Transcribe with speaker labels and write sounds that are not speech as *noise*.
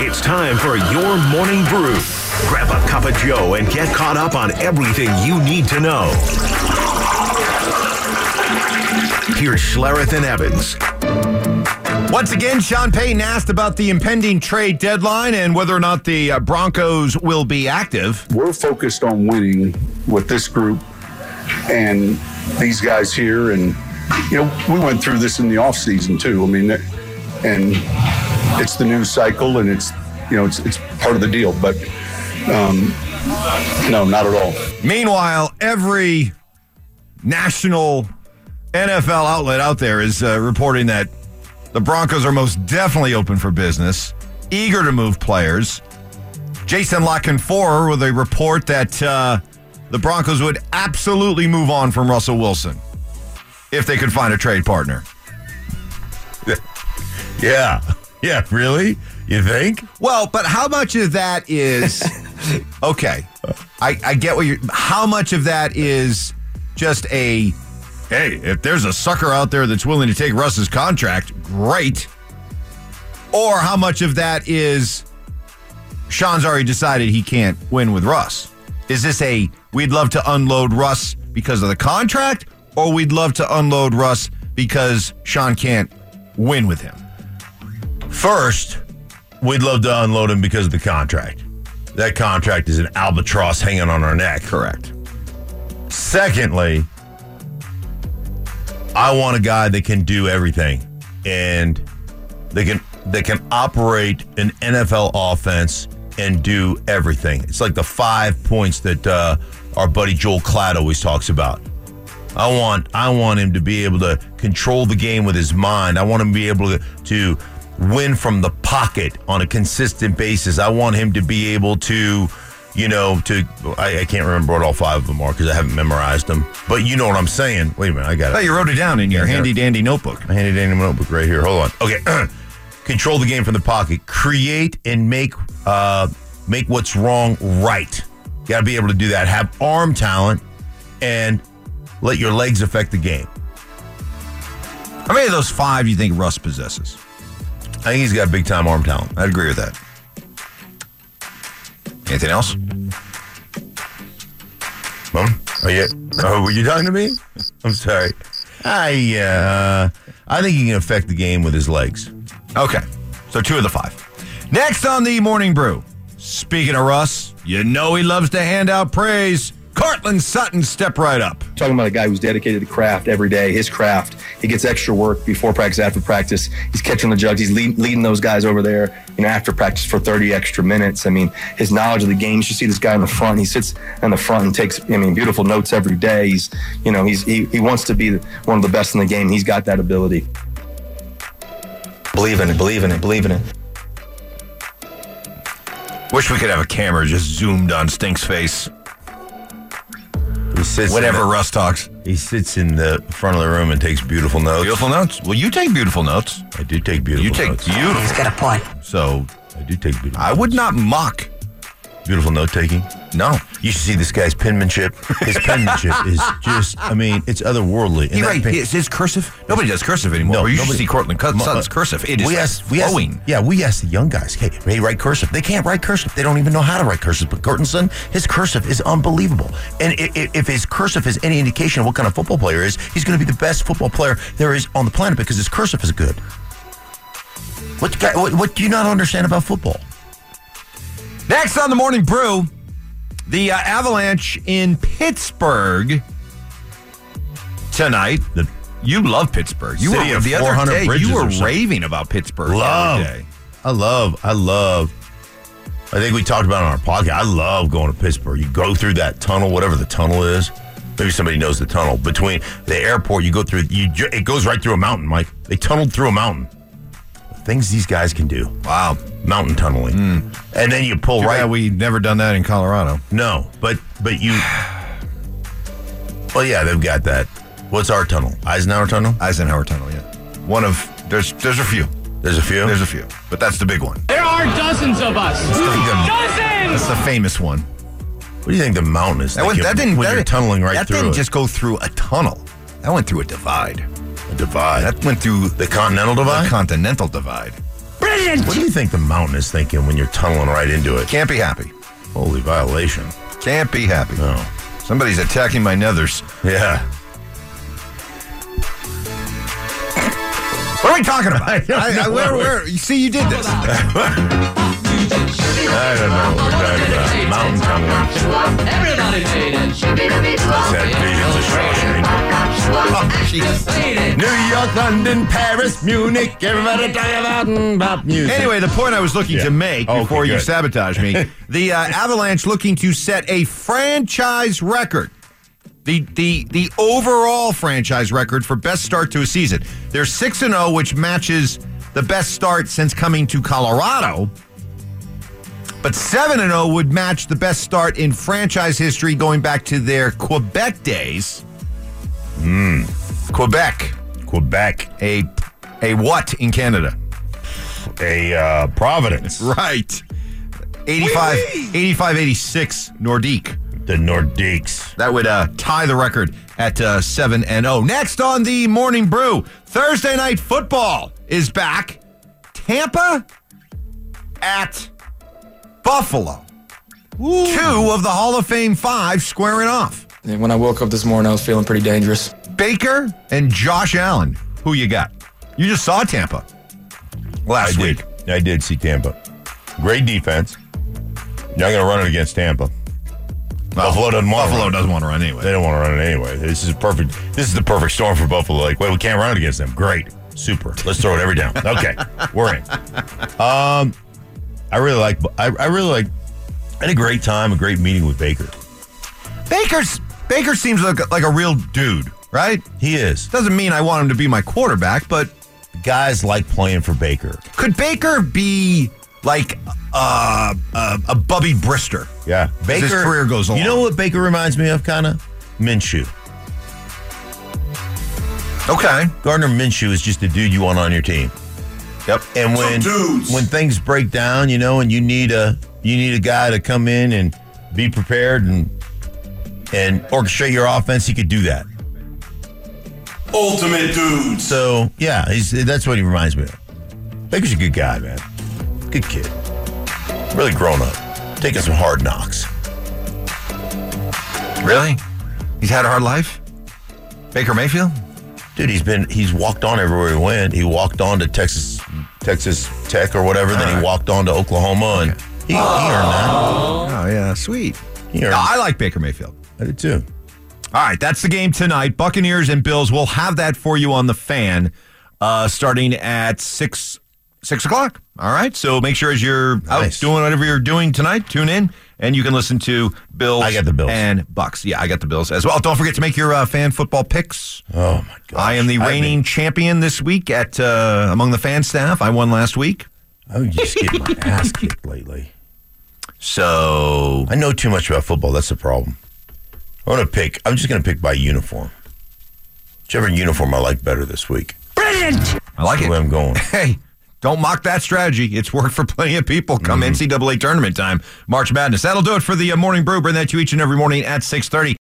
Speaker 1: It's time for your morning brew. Grab a cup of Joe and get caught up on everything you need to know. Here's Schlereth and Evans.
Speaker 2: Once again, Sean Payton asked about the impending trade deadline and whether or not the uh, Broncos will be active.
Speaker 3: we're focused on winning with this group and these guys here and you know we went through this in the off season too i mean and it's the news cycle and it's you know it's, it's part of the deal but um, no not at all
Speaker 2: Meanwhile, every national NFL outlet out there is uh, reporting that the Broncos are most definitely open for business, eager to move players. Jason Lockenforer with a report that uh, the Broncos would absolutely move on from Russell Wilson if they could find a trade partner. *laughs*
Speaker 4: Yeah. Yeah, really? You think?
Speaker 2: Well, but how much of that is okay? I, I get what you're. How much of that is just a hey? If there's a sucker out there that's willing to take Russ's contract, great. Or how much of that is Sean's already decided he can't win with Russ? Is this a we'd love to unload Russ because of the contract, or we'd love to unload Russ because Sean can't win with him?
Speaker 4: First, we'd love to unload him because of the contract. That contract is an albatross hanging on our neck.
Speaker 2: Correct.
Speaker 4: Secondly, I want a guy that can do everything and they can they can operate an NFL offense and do everything. It's like the five points that uh, our buddy Joel Klatt always talks about. I want I want him to be able to control the game with his mind. I want him to be able to, to win from the pocket on a consistent basis. I want him to be able to, you know, to I, I can't remember what all five of them are because I haven't memorized them. But you know what I'm saying. Wait a minute, I got it.
Speaker 2: Oh, you wrote it down in your
Speaker 4: Yeah, here.
Speaker 2: handy dandy notebook.
Speaker 4: I handed in a notebook right here. Hold on. Okay. *clears throat* Control the game from the pocket. Create and make uh, make what's wrong right. Got to be able to do that. Have arm talent and let your legs affect the game.
Speaker 2: How many of those five do you think Russ possesses?
Speaker 4: I think he's got big time arm talent.
Speaker 2: I'd agree with that. Anything else?
Speaker 4: Mom? Are you? Oh, were you talking to me? *laughs* I'm sorry. I uh, I think he can affect the game with his legs.
Speaker 2: Okay. So two of the five. Next on the morning brew. Speaking of Russ, you know he loves to hand out praise. Cortland Sutton, step right up.
Speaker 5: talking about a guy who's dedicated to craft every day, his craft. He gets extra work before practice, after practice. He's catching the jugs. He's lead, leading those guys over there, you know, after practice for 30 extra minutes. I mean, his knowledge of the game. You should see this guy in the front. He sits in the front and takes, I mean, beautiful notes every day. He's, you know, he's he, he wants to be one of the best in the game. He's got that ability. Believe in it, believe in it, believe in it.
Speaker 2: Wish we could have a camera just zoomed on Stink's face.
Speaker 4: He sits in
Speaker 2: Whenever Russ talks.
Speaker 4: the- he sits in the front of the room and takes beautiful notes.
Speaker 2: Beautiful notes. Well, you take beautiful notes.
Speaker 4: I do take beautiful.
Speaker 2: You take
Speaker 4: notes.
Speaker 2: beautiful.
Speaker 6: Got a point.
Speaker 4: So I do take beautiful.
Speaker 2: I would not mock.
Speaker 4: beautiful note taking.
Speaker 2: No.
Speaker 4: You should see this guy's penmanship. His penmanship is just, I mean, it's otherworldly. And
Speaker 2: He
Speaker 4: that
Speaker 2: right.
Speaker 4: pen-
Speaker 2: Is his cursive? Nobody does cursive anymore. No, uh, you should
Speaker 4: nobody-
Speaker 2: see Cortland
Speaker 4: Mo-
Speaker 2: Sutton's cursive. It is
Speaker 4: we
Speaker 2: like
Speaker 4: asked, we asked-
Speaker 2: flowing.
Speaker 4: yeah, we asked the young guys, hey, hey, write cursive. They can't write cursive. They don't even know how to write cursive. But Curtinson, his cursive is unbelievable. And i- i- if his cursive is any indication of what kind of football player he is, he's going to be the best football player there is on the planet because his cursive is good. What, the guy- what, what do you not understand about football?
Speaker 2: Next on the morning brew, the uh, Avalanche in Pittsburgh tonight. The you love Pittsburgh. You
Speaker 4: City
Speaker 2: were
Speaker 4: of
Speaker 2: the other
Speaker 4: 400
Speaker 2: day.
Speaker 4: bridges
Speaker 2: You
Speaker 4: or
Speaker 2: were
Speaker 4: something.
Speaker 2: raving about Pittsburgh.
Speaker 4: Love.
Speaker 2: The other day.
Speaker 4: I love, I love. I think we talked about it on our podcast. I love going to Pittsburgh. You go through that tunnel, whatever the tunnel is. Maybe somebody knows the tunnel between the airport. You go through. You ju- it goes right through a mountain, Mike. They tunneled through a mountain. Things these guys can do.
Speaker 2: Wow.
Speaker 4: Mountain tunneling, and then you pull
Speaker 2: Right.
Speaker 4: right.
Speaker 2: we never done that in Colorado.
Speaker 4: no, but but you. Well, yeah, they've got that. What's our tunnel? Eisenhower Tunnel.
Speaker 2: Eisenhower Tunnel. Yeah. One of there's there's a few.
Speaker 4: There's a few.
Speaker 2: There's a few, but that's the big one.
Speaker 7: There are dozens of us. Dozens!
Speaker 2: That's the famous one.
Speaker 4: what do you think the mountain is?
Speaker 2: That,
Speaker 4: like
Speaker 2: one, that didn't.
Speaker 4: when
Speaker 2: that,
Speaker 4: you're tunneling right
Speaker 2: that
Speaker 4: through
Speaker 2: didn't
Speaker 4: it.
Speaker 2: just go through a tunnel. That went through a divide.
Speaker 4: a divide.
Speaker 2: That went through
Speaker 4: The Continental
Speaker 2: The
Speaker 4: Divide?
Speaker 2: Continental Divide.
Speaker 6: Brilliant.
Speaker 4: What do you think the mountain is thinking when you're tunneling right into it?
Speaker 2: Can't be happy.
Speaker 4: Holy violation.
Speaker 2: Can't be happy.
Speaker 4: No.
Speaker 2: Somebody's attacking my nethers.
Speaker 4: Yeah.
Speaker 2: What are we talking about?
Speaker 4: *laughs* I don't know.
Speaker 2: where, where, you see, you did this. *laughs*
Speaker 4: I don't know what we're talking about. Mountain tunneling.
Speaker 7: Everybody made it.
Speaker 4: Sad visions of Shawshank. New York, London, Paris, Munich. Everybody talking about mm, pop music.
Speaker 2: Anyway, the point I was looking
Speaker 4: Yeah.
Speaker 2: to make
Speaker 4: Okay,
Speaker 2: before you
Speaker 4: good.
Speaker 2: sabotage
Speaker 4: *laughs*
Speaker 2: me, the uh, Avalanche looking to set a franchise record. The, the the overall franchise record for best start to a season. They're 6 and 0 which matches the best start since coming to Colorado. But 7 and 0 would match the best start in franchise history going back to their Quebec days. Quebec,
Speaker 4: Hmm. Quebec,
Speaker 2: a a what in Canada?
Speaker 4: a uh, Providence,
Speaker 2: Right. 85, 85 86 Nordique.
Speaker 4: the Nordiques.
Speaker 2: That would uh, tie the record at uh, 7 and 0. Next on the Morning Brew, Thursday Night Football is back. Tampa at Buffalo. Two of the Hall of Fame five squaring off.
Speaker 8: And when I woke up this morning, I was feeling pretty dangerous.
Speaker 2: Baker and Josh Allen. Who you got? You just saw Tampa
Speaker 4: I
Speaker 2: last week.
Speaker 4: did. I did see Tampa. Great defense. You're not going to run it against Tampa. Buffalo doesn't want.
Speaker 2: Buffalo
Speaker 4: to run
Speaker 2: doesn't
Speaker 4: it.
Speaker 2: want to run anyway.
Speaker 4: They don't want to run it anyway. This is perfect. This is the perfect storm for Buffalo. Like, wait, we can't run it against them. Great, super. Let's throw it every down. Okay, we're in. Um, I really like. I, I really like. I had a great time. A great meeting with Baker.
Speaker 2: Baker's Baker seems like like a real dude, right?
Speaker 4: He is.
Speaker 2: Doesn't mean I want him to be my quarterback, but
Speaker 4: Guys like playing for Baker.
Speaker 2: could Baker be like uh, uh, a Bubby Brister?
Speaker 4: Yeah,
Speaker 2: As his career goes
Speaker 4: You
Speaker 2: along.
Speaker 4: know what Baker reminds me of, kind of Minshew.
Speaker 2: Okay.
Speaker 4: Gardner Minshew is just a dude you want on your team.
Speaker 2: Yep.
Speaker 4: And when
Speaker 3: dudes.
Speaker 4: when things break down, you know, and you need a you need a guy to come in and be prepared and and orchestrate your offense, he could do that.
Speaker 3: Ultimate dudes.
Speaker 4: So yeah, he's that's what he reminds me of. Baker's a good guy, man. Good kid. Really grown up. Taking some hard knocks.
Speaker 2: Really? He's had a hard life. Baker Mayfield.
Speaker 4: Dude, he's been he's walked on everywhere he went. He walked on to Texas Texas Tech or whatever, then he
Speaker 2: Alright.
Speaker 4: walked on to Oklahoma and he, he earned
Speaker 2: Oh yeah, sweet.
Speaker 4: that. He
Speaker 2: No,
Speaker 4: earned that.
Speaker 2: I like Baker Mayfield.
Speaker 4: I did too.
Speaker 2: All right, that's the game tonight. Buccaneers and Bills. We'll have that for you on the fan, uh, starting at six six o'clock. All right, so make sure as you're
Speaker 4: Nice.
Speaker 2: out doing whatever you're doing tonight, tune in and you can listen to Bills.
Speaker 4: I got the Bills.
Speaker 2: and Bucks. Yeah, I got the Bills as well. Don't forget to make your uh, fan football picks.
Speaker 4: Oh my god.
Speaker 2: I am the reigning champion this week at uh, among the fan staff. I won last week,
Speaker 4: I'm Oh, just getting my ass kicked lately.
Speaker 2: so
Speaker 4: I know too much about football. That's the problem. I'm gonna pick. I'm just gonna pick by uniform. Whichever uniform I like better this week.
Speaker 2: I like
Speaker 4: That's the way
Speaker 2: it.
Speaker 4: I'm going.
Speaker 2: Hey, don't mock that strategy. It's worked for plenty of people come NCAA tournament time, March Madness. That'll do it for the uh, Morning Brew. Bring that to you each and every morning at 6.30.